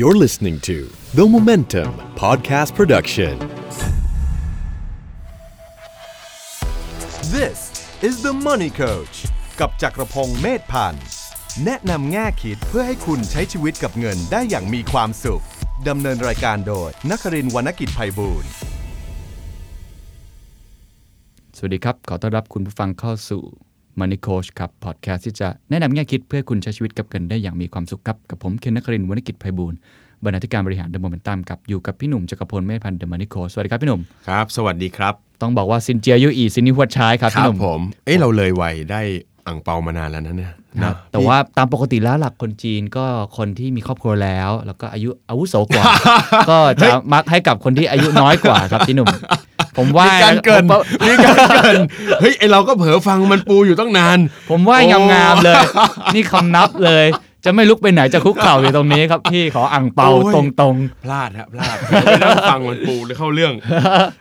You're listening to The Momentum Podcast Production. This is the Money Coach กับจักรพงศ์เมธพันธ์ แนะนำแง่คิดเพื่อให้คุณใช้ชีวิตกับเงินได้อย่างมีความสุข ดำเนินรายการโดยนักรินทร์วรรณกิจไพบูลย์ สวัสดีครับ ขอต้อนรับคุณผู้ฟังเข้าสู่ Money Coach ครับ พอดแคสต์ที่จะแนะนำแง่คิดเพื่อให้คุณใช้ชีวิตกับเงินได้อย่างมีความสุขครับ กับผมเคนนักรินทร์วรรณกิจไพบูลย์บรรณาธิการบริหารเดอะโมเมนตัมครับ อยู่กับพี่หนุ่มจักรพลเมธพันธ์เดอะมันนี่โคสวัสดีครับพี่หนุ่ม ครับ สวัสดีครับ ต้องบอกว่าซินเจียยุอีซินนิหัวชายครับพี่หนุ่ม ผมเอ้ยเราเลยวัยได้อ่างเปามานานแล้วนะเนี่ย ครั นะ บแต่ว่าตามปกติแล้วหลักคนจีนก็คนที่มีครอบครัวแล้ว แล้วก็อายุอาวุโส กว่า ก็จะมักให้กับคนที่อายุน้อยกว่าครับพี่หนุ่ม ผมว่า มีการเกรินมีการเกรินเฮ้ยไอเราก็เผลอฟังมันปูอยู่ตั้งนาน ผมว่างามๆเลย นี่คำนับเลย จะไม่ลุกไปไหนจะคุกเข่าอยู่ตรงนี้ครับพี่ขออ่างเปา โอ้ย ตรง พลาดฮะพลาดไม่ได้ฟังมันปูเลยเข้า เรื่อง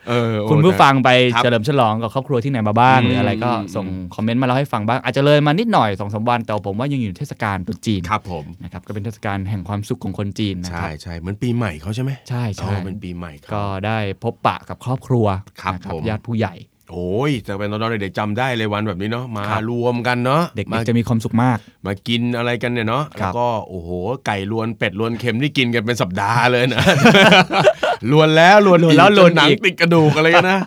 เออ ๆ โอ้ คุณผู้ นะ ฟังไป ครับ เฉลิมฉลองกับครอบครัวที่ไหนมาบ้าง อืม หรืออะไรก็ อืม ส่งคอมเมนต์มาเล่าให้ฟังบ้าง อาจจะเลยมานิดหน่อยสองสามวัน แต่ผมว่ายังอยู่ในเทศกาลตรุษจีน ครับผม นะครับก็เป็นเทศกาลแห่งความสุขของคนจีนนะค ใช่ รับ ใช่เหมือนปีใหม่เขาใช่ไหม ใช่ใช่ อ๋อเป็นปีใหม่เขา ก็ได้พบปะกับครอบครัว ครับ นะ ผม ญาติผู้ใหญ่ โอ้ยแต่เป็นตอนๆเด็กๆจำได้เลยวันแบบนี้เนาะมา ครับ รวมกันเนาะ เด็ก มา ๆจะมีความสุขมาก มากินอะไรกันเนี่ยเนาะ ครั แล้ บ วก็โอ้โหไก่ลวนเป็ดลวนเค็มนี่กินกันเป็นสัปดาห์เลย นะ ลวนแล้วลวนอีก แล้วลวน จหนัง อีก ติดกระดูกอะไรกันนะ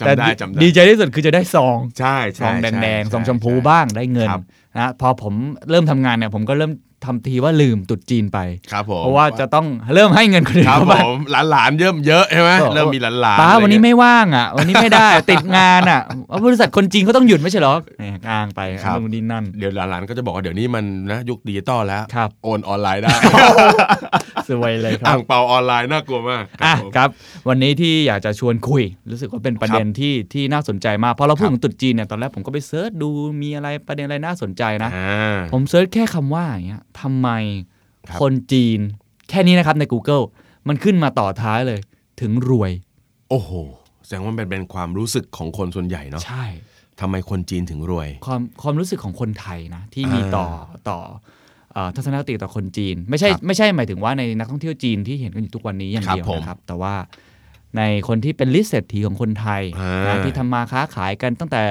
จำ ได้แต่ จำได้ ดีใจที่สุดคือจะได้ซอง ใช่ ซ ใช่ องใช่แดงๆ ใ ซองชมพู ใ บ้างได้เงิน ครับ นะพอผมเริ่มทำงานเนี่ยผมก็เริ่มทำทีว่าลืมตรุดจีนไป ครับผม เพราะว่าจะต้องเริ่มให้เงินคนอื่น ครับ เข้า ผ ไป มหลานๆเยอะเยอะใช่ไหม โอ้ เริ่มมีหลานๆ ป้า อะไร วันนี้ เงี้ย ไม่ว่างอ่ะ วันนี้ไม่ได้ ติดงานอ่ะเอาบริษัทคนจีนเขาต้องหยุดไม่ใช่เหรอเนี่ยอ้างไป ครับ นู่นนี่นั่น เดี๋ยวหลานๆก็จะบอกว่าเดี๋ยวนี้มันนะยุคดิจิตอลแล้ว ครับ โอนออนไลน์ได้ สวยเลยครั อ่า บ งเปาออนไลน์น่ากลัวมาก อ่ะ ผม ครับ วันนี้ที่อยากจะชวนคุย รู้สึกว่าเป็นประเด็นที่ที่น่าสนใจมากเพอเราพูด ครับ ถึงตรุดจีนเนี่ยตอนแรกผมก็ไปเซิร์ชดูมีอะไรประเด็นอะไรน่าสนใจนะ อ่า ผมเซิร์ชแค่คำว่าอย่างเงี้ยทำไม ครับ คนจีน แค่นี้นะครับใน Google มันขึ้นมาต่อท้ายเลย ถึงรวย โอ้โห แสดงว่ามันเป็นความรู้สึกของคนส่วนใหญ่เนาะ ใช่ ทำไมคนจีนถึงรวย ความความรู้สึกของคนไทยนะ ที่มีต่อต่อเอ่อทัศนคติต่อคนจีน ไม่ใช่ ครับ ไม่ใช่หมายถึงว่าในนักท่องเที่ยวจีนที่เห็นกันอยู่ทุกวันนี้อย่าง ครับ เดียว ผม นะครับ แต่ว่าในคนที่เป็นลิสต์เศรษฐีของคนไทย อ่ นะ า ที่ทำมาค้าขายกันตั้งแต่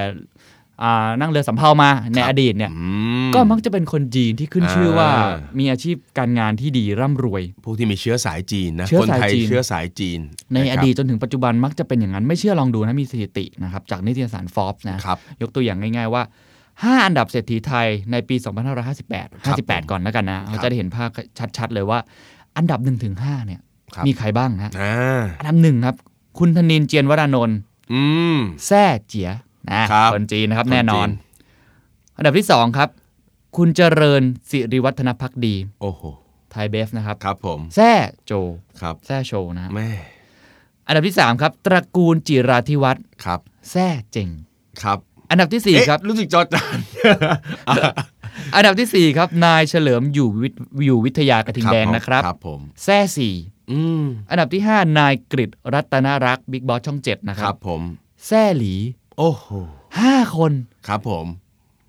อ่านั่งเรือสำเภามาในอดีตเนี่ย อืม ก็มักจะเป็นคนจีนที่ขึ้นชื่อว่า อ่า มีอาชีพการงานที่ดีร่ำรวย พวกที่มีเชื้อสายจีนนะ เชื้อ คนไทสายยจีน เชื้อสายจีน ในะครับ อดีตจนถึงปัจจุบันมักจะเป็นอย่างนั้นไม่เชื่อลองดูนะ มีสถิตินะครับ จากนิตยสารฟอ b ส์นะ ครับ ยกตัวอย่างง่ายๆว่า 5 อันดับเศรษฐีไทยในปี 2558 ครับ 58 ก่อนแล้วกันนะเรา ครับ จะได้เห็นภาพชัดๆ เลยว่า อันดับ 1-5เนี่ย ครับ มีใครบ้างนะ อ่า อันดับหนึ่งครับ คุณธนินเจียนวรานนท์ อืม แซ่เจียนะครับ คนจีนนะครับ คนจีน แน่นอน อันดับที่สองครับ คุณเจริญสิริวัฒนพักดี โอ้โห ไทยเบฟนะครับ ครับผม แซ่โจ ครับ แซ่โชนะฮะ แม่ อันดับที่สามครับตระกูลจิราธิวัฒน์ ครับ แซ่เจ๋ง ครับ อันดับที่สี่ เอ๊ะ ครับ รู้สึกจอจาน อันดับที่ 4 ครับ นายเฉลิมอยู่วิทอยู่วิทยากระทิงแดง ผม นะครับ ครับผม แซ่สี่ อืม อันดับที่ 5 นายกฤษรัตนารักษ์บิ๊กบอสช่อง 7 นะค ค รั รั บบ ผม แซ่หลี โอ้โห 5 คน ครับผม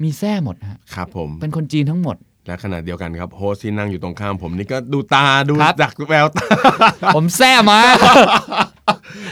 มีแซ่หมดฮะ ครับผม เป็นคนจีนทั้งหมด และขณะเดียวกันครับโฮสที่นั่งอยู่ตรงข้ามผมนี่ก็ดูตาดู ครับ จากแววตา ผมแซ่มา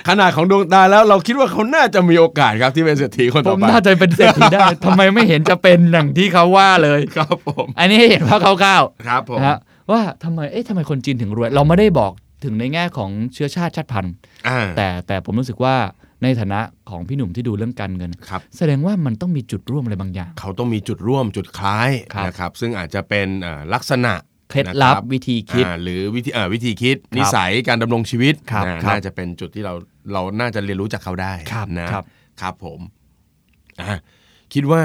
ขนาดของดวงตาแล้วเราคิดว่าเขาน่าจะมีโอกาสครับที่เป็นเศรษฐีคน ผ ต่มอไป น่าจะเป็นเศรษฐี ได้ทำไมไม่เห็นจะเป็นอย่างที่เขาว่าเลย ครับผม อันนี้ให้เห็นว่าคร่าว ครับผ ๆ ม นะฮะว่าทำไมเอ๊ะทำไมคนจีนถึงรวย เราไม่ได้บอกถึงในแง่ของเชื้อชาติชาติพันธุ์ อ่า แต่แต่ผมรู้สึกว่าในฐานะของพี่หนุ่มที่ดูเรื่องการเงิน ครับ แสดงว่ามันต้องมีจุดร่วมอะไรบางอย่าง เขาต้องมีจุดร่วมจุดคล้าย ครับ นะครับ ซึ่งอาจจะเป็นเอ่อลักษณะ เคล็ดลับ นะ วิธี รับ คิด อ่าหรือวิธีเอ่อวิธีคิด นิสัยการดำรงชีวิต ครับ นะครับ น่าจะเป็นจุดที่เราเราน่าจะเรียนรู้จากเขาได้ ครับ นะครับ ครับผมอ่ะคิดว่า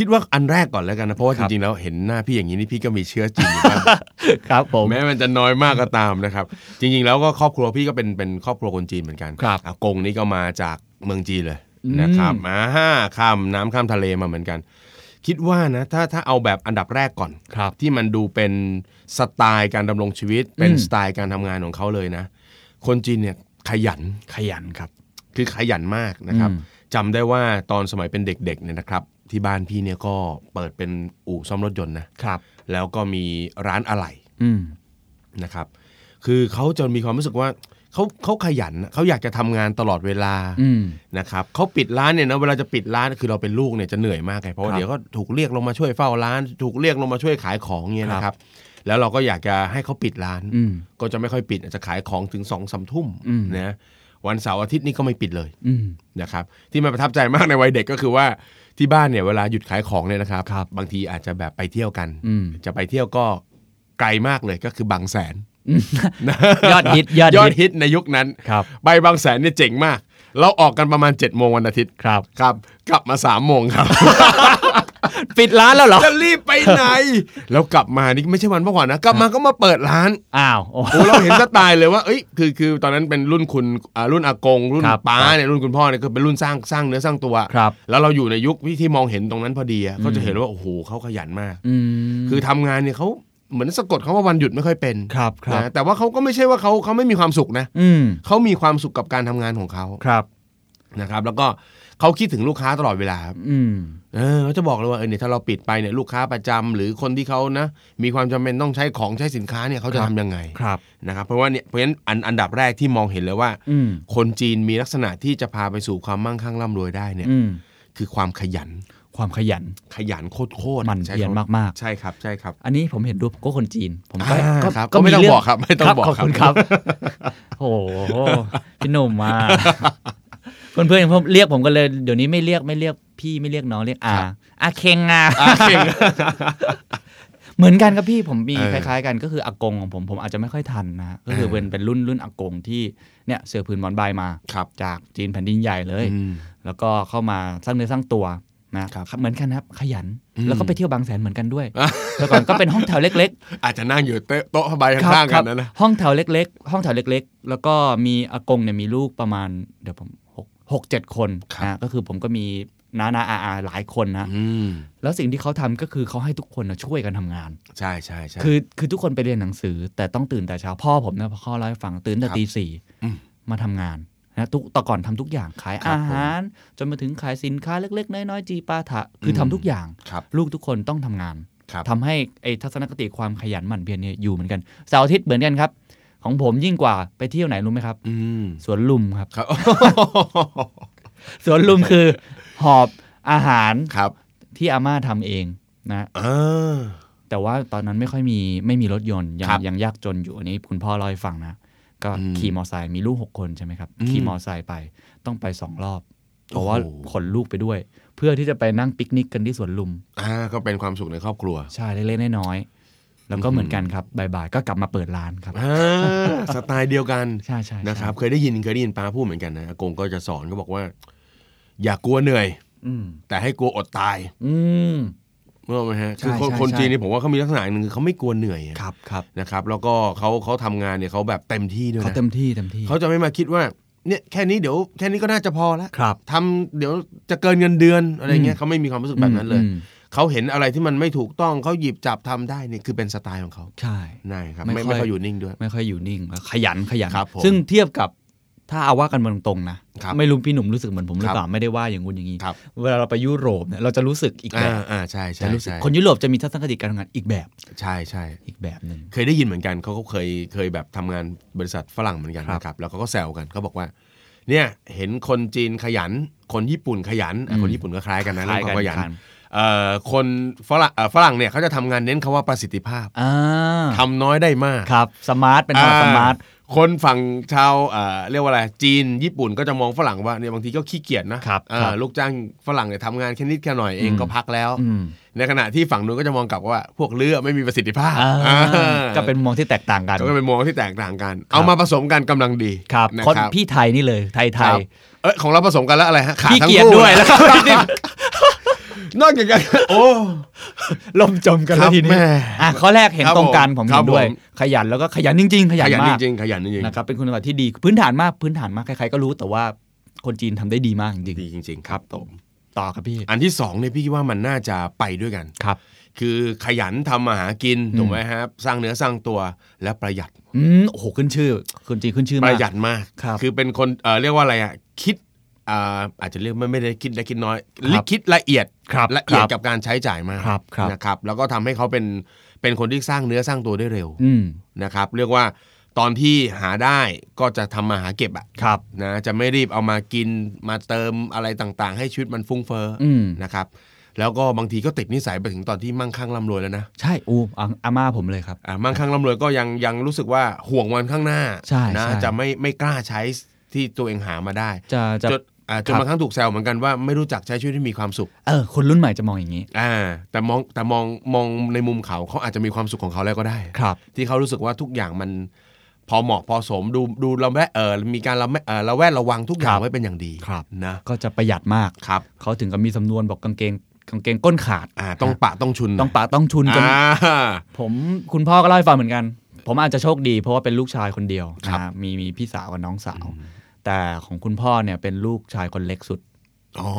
คิดว่าอันแรกก่อนแล้วกันนะ เพราะว่าจริงๆแล้วเห็นหน้าพี่อย่างนี้นี่พี่ก็มีเชื้อจีนอยู่บ้าง ครับผม แม้มันจะน้อยมากก็ตามนะครับ จริง ๆ แล้วก็ครอบครัวพี่ก็เป็นเป็นครอบครัวคนจีนเหมือนกัน ครับ อากงนี่ก็มาจากเมืองจีนเลย อืม นะครับมาห้าข้ามน้ำข้ามทะเลมาเหมือนกัน คิดว่านะถ้าถ้าเอาแบบอันดับแรกก่อน ครับ ที่มันดูเป็นสไตล์การดำรงชีวิต เป็น อืม สไตล์การทำงานของเขาเลยนะ คนจีนเนี่ยขยัน ขยันครับ คือขยันมากนะครับ อืม จำได้ว่าตอนสมัยเป็นเด็กๆเนี่ยนะครับ ที่บ้านพี่เนี่ยก็เปิดเป็นอู่ซ่อมรถยนต์นะครับ แล้วก็มีร้านอะไหล่ อืม นะครับ คือเขาจะมีความรู้สึกว่าเขาเขาขยันอะเขาอยากจะทำงานตลอดเวลา อืม นะครับเขาปิดร้านเนี่ยนะเวลาจะปิดร้านคือเราเป็นลูกเนี่ยจะเหนื่อยมากไงเพราะว่า ครับ เดี๋ยวก็ถูกเรียกลงมาช่วยเฝ้าร้าน ถูกเรียกลงมาช่วยขายของเนี่ยนะครับ แล้วเราก็อยากจะให้เขาปิดร้าน อืม ก็จะไม่ค่อยปิดอาจจะขายของถึงสองสามทุ่ม อืม นะวันเสาร์อาทิตย์นี่ก็ไม่ปิดเลย อืม นะครับ ที่มาประทับใจมากในวัยเด็กก็คือว่าที่บ้านเนี่ยเวลาหยุดขายของเนี่ยนะครับ ครับ บางทีอาจจะแบบไปเที่ยวกัน อืม จะไปเที่ยวก็ไกลมากเลยก็คือบางแสน ยอดฮิตยอดฮิต ยอดฮิตในยุคนั้น ครับ ไปบางแสนเนี่ยเจ๋งมาก เราออกกันประมาณ7จ็ดโมงวันอาทิตย์ ครับ ครับ กลับมา3ามโมงครับ ปิดร้านแล้วเหรอ จะรีบไปไหน แล้วกลับมานี่ไม่ใช่วันพักผ่อนนะ กลับมาก็มาเปิดร้าน อ้าวโอ้ โอ้เราเห็นสไตล์เลยว่าเอ้ยคือคือตอนนั้นเป็นรุ่นคุณอ่ารุ่นอากง รุ่น ครับ ป้า ครับ เนี่ยรุ่นคุณพ่อเนี่ยก็เป็นรุ่นสร้างสร้างเนื้อสร้างตัว ครับ แล้วเราอยู่ในยุคที่มองเห็นตรงนั้นพอดีอะก็จะเห็นว่าโอ้โหเขาขยันมาก อืม คือทำงานเนี่ยเขาเหมือนสะกดคำว่าวันหยุดไม่ค่อยเป็น ครับครับ นะแต่ว่าเขาก็ไม่ใช่ว่าเขาเขาไม่มีความสุขนะ อืม เขามีความสุขกับการทำงานของเขา ครับ นะครับแล้วก็เขาคิดถึงลูกค้าตลอดเวลาครับ อืม เออเขาจะบอกเลยว่าเออเนี่ยถ้าเราปิดไปเนี่ยลูกค้าประจำหรือคนที่เขานะ มีความจำเป็นต้องใช้ของใช้สินค้าเนี่ยเขาจะ ครับ ทำยังไง ครับ นะครับเพราะว่าเนี่ยเพราะฉะนั้นอันอันดับแรกที่มองเห็นเลยว่า อืม คนจีนมีลักษณะที่จะพาไปสู่ความมั่งคั่งร่ำรวยได้เนี่ย อืม คือความขยัน ความขยัน ขยันโคตรๆ หมั่นเพียร ใช้คำว่ มาก ใช่ครับใช่ครับ ๆ อันนี้ผมเห็นด้วยผมก็คนจีน ผมก็ อ่า ก็ ครับก็ไม่ต้อง เรื่ บอกครับไม่ต้องบอก ขอบคุณค ครั รับ บ โอ้โหพี่หนุ่มมา เพื่อนๆผมเรียกผมกันเลย เดี๋ยวนี้ไม่เรียกไม่เรียกพี่ไม่เรียกน้องเรียกอาอาเคงอา เก่ง เหมือนกันครับพี่ผมมี เออ คล้าย ๆ กันก็คืออากงของผมผมอาจจะไม่ค่อยทันนะฮะก็คือ เออ เป็นเป็นรุ่นรุ่นอากงที่เนี่ยเสือผืนหมอนใบมา ครับ จากจีนแผ่นดินใหญ่เลย อืม แล้วก็เข้ามาสร้างเนื้อสร้างตัวนะครับ เหมือนกันครับขยัน อืม แล้วก็ไปเที่ยวบางแสนเหมือนกันด้วยแต่ก่อนก็เป็นห้องแถวเล็ก อาจจะนั่งอยู่โต๊ะผ้าใบ ๆ ข้างคๆกั รั นนะนะ ห้องแถวเล็ก ๆ ห้องแถวเล็ก ๆ แล้วก็มีอากงเนี่ยมีลูกประมาณเดี๋ยวผมหกหกเจ็ดคนนะก็คือผมก็มีน้านาอาอาหลายคนนะ อืม แล้วสิ่งที่เขาทำก็คือเขาให้ทุกคนนะช่วยกันทำงาน ใช่ใช่ใช่ คือคือทุกคนไปเรียนหนังสือ แต่ต้องตื่นแต่เช้าพ่อผมนะพ่อเล่าให้ฟังตื่นแต่ ครับ ตีสี่ อืม มาทำงานนะทุกแต่ก่อนทำทุกอย่างขาย ครั อา บผม หาร จนมาถึงขายสินค้าเล็ก ๆ น้อยๆจีปาถะคืออ ม ทำทุกอย่าง ครับ ลูกทุกคนต้องทำงาน ครับ ทำให้ไอ้ทัศนคติความขยันหมั่นเพียรเนี่ยอยู่เหมือนกันเสาร์อาทิตย์เหมือนกันครับ ของผมยิ่งกว่าไปเที่ยวไหนรู้ไหมครับ อืม สวนลุมครับ ครับ สวนลุมคือ หอบอาหาร ครับ ที่อาม่าทำเองนะ อ่า แต่ว่าตอนนั้นไม่ค่อยมีไม่มีรถยนต์ยัง ครับ ยังยากจนอยู่อันนี้คุณพ่อเล่าให้ฟังนะ ก็ อืม ขี่มอไซค์มีลูกหกคนใช่ไหมครับ อืม ขี่มอไซค์ไปต้องไปสองรอบ เพราะว่า โอ้โห ขนลูกไปด้วย เพื่อที่จะไปนั่งปิกนิกกันที่สวนลุม อ่าก็เป็นความสุขในครอบครัว ใช่เล็กๆน้อยๆแล้วก็เหมือนกันครับบ่ายๆก็กลับมาเปิดร้านครับ อ่าสไตล์เดียวกัน ใช่ใช่ใช่ นะครับ เคยได้ยินเคยได้ยินป้าพูดเหมือนกันนะอากงก็จะสอนก็บอกว่า อย่ากลัวเหนื่อย อืม แต่ให้กลัวอดตาย อืม เมื่อไหมฮะ ใช่ คือคน ใช่ คน ใช่ จีนนี่ผมว่าเขามีลักษณะหนึ่งคือเขาไม่กลัวเหนื่อยอะ ครับครับ นะครับ แล้วก็เขาเขาทำงานเนี่ยเขาแบบเต็มที่ด้วย เขา นะ เต็มที่เต็มที่ เขาจะไม่มาคิดว่าเนี่ยแค่นี้เดี๋ยวแค่นี้ก็น่าจะพอละ ครับ ทำเดี๋ยวจะเกินเงินเดือนอะไรเงี้ยเขาไม่มีความรู้สึกแบบนั้นเลย อืม เขาเห็นอะไรที่มันไม่ถูกต้องเขาหยิบจับทำได้เนี่ยคือเป็นสไตล์ของเขา ใช่ นั่นครับ ไม่ ไม่ ค่อย ไม่ค่อยอยู่นิ่งด้วย ไม่ค่อยอยู่นิ่งขยันขยัน ครับผม ซึ่งเทียบกับถ้าเอาว่ากันมาตรงๆนะครับ ไม่รู้พี่หนุ่มรู้สึกเหมือนผมหรือ ครับ เปล่าไม่ได้ว่าอย่างงู้นอย่างนี้ ครับ เวลาเราไปยุโรปเนี่ยเราจะรู้สึกอีกแบ อ่า บ อ่าใช่ใช่ จะรู้สึก ใช่ คนยุโรปจะมีทัศนคติการทำงานอีกแบบ ใช่ใช่ อีกแบบหนึ่ง เคยได้ยินเหมือนกันเขาก็เคยเคยแบบทำงานบริษัทฝรั่งเหมือนกัน ครับ นะครับแล้วเขาก็แซวกันเขาบอกว่า เนี่ยเห็นคนจีนขยัน คนญี่ปุ่นขยันอ่ะ อืม คนญี่ปุ่นก็คล้ายกันนะเรื่องความขยัน กัน เอ่อคนฝรั่งเอ่อฝรั่งเนี่ยเขาจะทำงานเน้นคาว่าประสิทธิภาพ อ่า ทำน้อยได้มาก ครับสมาร์ทเป็นทางสมาร์ท อ่คนฝั่งชาวเอ่อเรียกว่าอะไรจีนญี่ปุ่นก็จะมองฝรั่งว่าเนี่ยบางทีก็ขี้เกียจนะครับ เอ่อ ครับ ลูกจ้างฝรั่งเนี่ยทำงานแค่นิดแค่หน่อยเอง อืม ก็พักแล้ว อืม ในขณะที่ฝั่งนู้นก็จะมองกลับว่าพวกเรือไม่มีประสิทธิภาพ อ่า อ่า ก็เป็นมองที่แตกต่างกัน ก็เป็นมองที่แตกต่างกัน ครับ เอามาผสมกันกำลังดี ครับ นะ คน ครับ พี่ไทยนี่เลยไทยไท ค ย รับเอ้ยของเราผสมกันแล้วอะไรฮะขา พี่ ทั้ง เกียร คู่ ด้วย นะ แล้วก็พี่นิ่ม นอกจากกันโอ้ ล่มจมกัน ค แล้ รั ว บ ทีนี้ แม่ อ่ะข้อแรกเห็น ครับ ตรงกัน ผม ผม ครั เห็ บ นด้วย ผม ขยันแล้วก็ขยันจริงๆข ข ยัน ยันจ มาก ริงๆขยันจริงๆ นะครับเป็นคุณสมบัติที่ดีพื้นฐานมากพื้นฐานมากใครๆก็รู้แต่ว่าคนจีนทำได้ดีมากจริง ดีจริง ๆ ครับผม ๆต่อครับพี่ อันที่สองเนี่ยพี่คิดว่ามันน่าจะไปด้วยกัน ครับ คือขยันทำมาหากิน อืม ถูกไหมครับสร้างเนื้อสร้างตัวและประหยัด อืมโอ้โหขึ้นชื่อคนจีนขึ้นชื่อ ป มาก ระหยัดมาก ครับ อเป็นคนเอ่อเรียกว่าอะไรอ่ะคิดอ่าอาจจะเรียกไม่ไม่ได้คิดและคิดน้อยคิดละเอียด ครับ ละเอียด ครั กับการใช้จ่ายมาก ครับครับ นะครับ แล้วก็ทำให้เขาเป็น เป็นคนที่สร้างเนื้อสร้างตัวได้เร็ว อืม นะครับ เรียกว่าตอนที่หาได้ก็จะทำมาหาเก็บอะ ครับ นะจะไม่รีบเอามากินมาเติมอะไรต่างๆ ให้ชีวิตมันฟุ้งเฟ้ออ อืม นะครับ แล้วก็บางทีก็ติดนิสัยไปถึงตอนที่มั่งคั่งร่ำรวยแล้วนะ ใช่อูอ่ะอาม่าผมเลยครับ อ่ะมั่งคั่งร่ำรวยก็ยังยังรู้สึกว่าห่วงวันข้างหน้า ใช่ นะ ใช่ จะไม่ไม่กล้าใช้ที่ตัวเองหามาได้ จะจะ จนอ่ะจครันบ บางครั้งถูกแซวเหมือนกันว่าไม่รู้จักใช้ชีวิตที่มีความสุข เออคนรุ่นใหม่จะมองอย่างนี้ อ่าแต่มองแต่มองมองในมุมเขาเขาอาจจะมีความสุขของเขาแล้วก็ได้ ครับ ที่เขารู้สึกว่าทุกอย่างมันพอเหมาะพอสมดูดูเราแวดเออมีการเราแวดเออเราแวดระวังทุกอย่า ครับงไว้เป็นอย่างดี ครับ นะ ก็จะประหยัดมาก ครับ เขาถึงกับมีสำนวนบอกกางเกงกางเกงก้นขาด อ่าต้องปะต้องชุน ต้องปะต้องชุนจน อ่า ผมคุณพ่อก็เล่าให้ฟังเหมือนกัน ผมอาจจะโชคดี เพราะว่าเป็นลูกชายคนเดียว ครับ นะฮะมีมีพี่สาวกับน้องสาว แต่ของคุณพ่อเนี่ยเป็นลูกชายคนเล็กสุด อ๋อ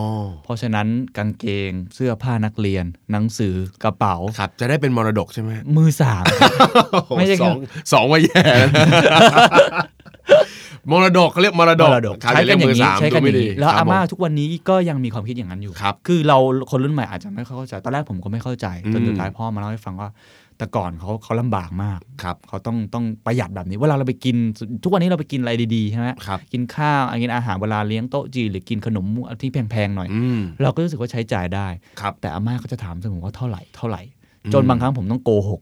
เพราะฉะนั้นกางเกงเสื้อผ้านักเรียน หนังสือกระเป๋า ครับจะได้เป็นมรดกใช่ไหม มือสาม ไม่ใช่ สองสองว่าแย่แล้วนะ มรดกเขาเรียกมร ดก มรดก ครับ ใช้ เรี กั ย น ก อ มื ย่า อนี้งสาม ใช้กันอดูไม่ ย่าง ดี นี้แล้ว คอารับผม ม่าทุกวันนี้ก็ยังมีความคิดอย่างนั้นอยู่ ครับ คือเราคนรุ่นใหม่อาจจะไม่เข้าใจตอนแรกผมก็ไม่เข้าใจจน อืม สุดท้ายพ่อมาเล่าให้ฟังว่า แต่ก่อนเขาเขาลำบากมาก ครับ เขาต้องต้องประหยัดแบบนี้เวลาเราไปกิน ทุกวันนี้เราไปกินอะไรดีๆใช่ไหม ครับ กินข้าวกินอาหารเวลาเลี้ยงโต๊ะจีนหรือกินขนมที่แพงๆหน่อย อืม เราก็รู้สึกว่าใช้จ่ายได้ ครับ แต่อาม่าก็จะถามเสมอว่าเท่าไหร่เท่าไหร่ อืม จนบางครั้งผมต้องโกหก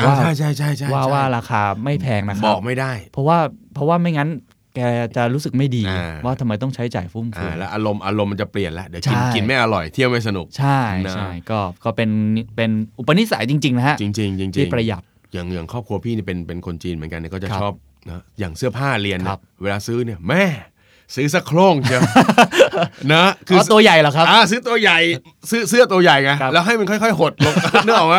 อ่า ว่า ใช่ใช่ใช่ใช่ ว่าว่า ใช่ ราคาไม่แพงนะค บ รั อกไม่ได้ เพราะว่าเพราะว่าไม่งั้นแกจะรู้สึกไม่ดี อ่า ว่าทำไมต้องใช้จ่ายฟุ่มเฟื อ่า อย แล้วอารมณ์อารมณ์มันจะเปลี่ยนละเดี๋ยวกิน ใช่ กินไม่อร่อยเที่ยวไม่สนุก ใช่ นะ ใช่ก็ก็เป็นเป็นอุปนิสัยจริง ๆ นะฮะ จริงๆจริงจริง ที่ประหยัด อย่างอย่างครอบครัวพี่เนี่ยเป็นเป็นคนจีนเหมือนกันเนี่ยก็จะ ครับ ชอบนะอย่างเสื้อผ้าเรียน ครั เนี่ย บ เวลาซื้อเนี่ยแม่ ซื้อสักโครง เชียวนะ อ๋อตัวใหญ่เหรอครับ อ่าซื้อตัวใหญ่ซื้อเสื้อตัวใหญ่ไง ครับ แล้วให้มันค่อยๆหดลง นึกออกไหม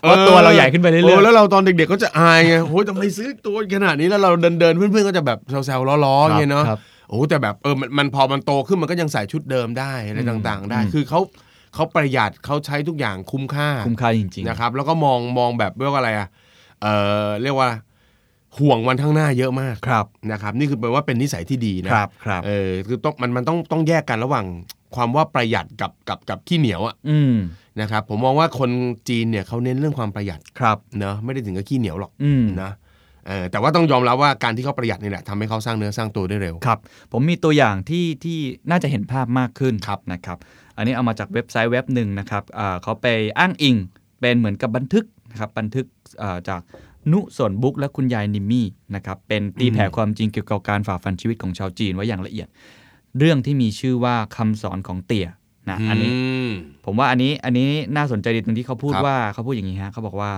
เพราะตัวเราใหญ่ขึ้นไปเรื่ โอ้ อย แล้วเราตอนเด็กๆก็จะอายไงโอ้ยทำไมซื้อตัวขนาดนี้แล้วเราเดินเดินๆเพื่อนๆก็จะแบบแซวๆล้อๆอย่างเงี้ยเนาะ ครับ โอ้แต่แบบเออมันมันพอมันโตขึ้นมันก็ยังใส่ชุดเดิมได้อะไรต่างๆ ได้ อืม คือเขาเขาประหยัดเขาใช้ทุกอย่างคุ้มค่า ๆคุ้มค่าจริงๆ นะครับ แล้วก็มองมองแบบเรียกว่าอะไรอ่ะเออเรียกว่าห่วงวันข้างหน้าเยอะมาก ครับ นะครับ นี่คือแปลว่าเป็นนิสัยที่ดีนะครับ ครับ เออคือต้องมันมันต้องต้องแยกกันระหว่างความว่าประหยัดกับกับกับขี้เหนียวอะ อืม นะครับ ผมมองว่าคนจีนเนี่ยเขาเน้นเรื่องความประหยัด ครับ เนอะไม่ได้ถึงกับขี้เหนียวหรอก อืม นะเออแต่ว่าต้องยอมรับว่าการที่เขาประหยัดนี่แหละทำให้เขาสร้างเนื้อสร้างตัวได้เร็ว ครับ ผมมีตัวอย่างที่ที่น่าจะเห็นภาพมากขึ้น ครับ นะครับ อันนี้เอามาจากเว็บไซต์เว็บหนึ่งนะครับอ่าเขาไปอ้างอิง เป็นเหมือนกับบันทึกนะครับบันทึกอ่าจากนุส่วนบุ๊กและคุณยายนิมมี่นะครับเป็นตีแผ่ความจริงเกี่ยวกับการฝ่าฟันชีวิตของชาวจีนไว้อย่างละเอียด เรื่องที่มีชื่อว่าคำสอนของเตี่ยนะอันนี้ ม ผมว่าอันนี้อันนี้น่าสนใจดีตรงที่เขาพูด ครับ ว่าเขาพูดอย่างนี้ฮะเขาบอกว่า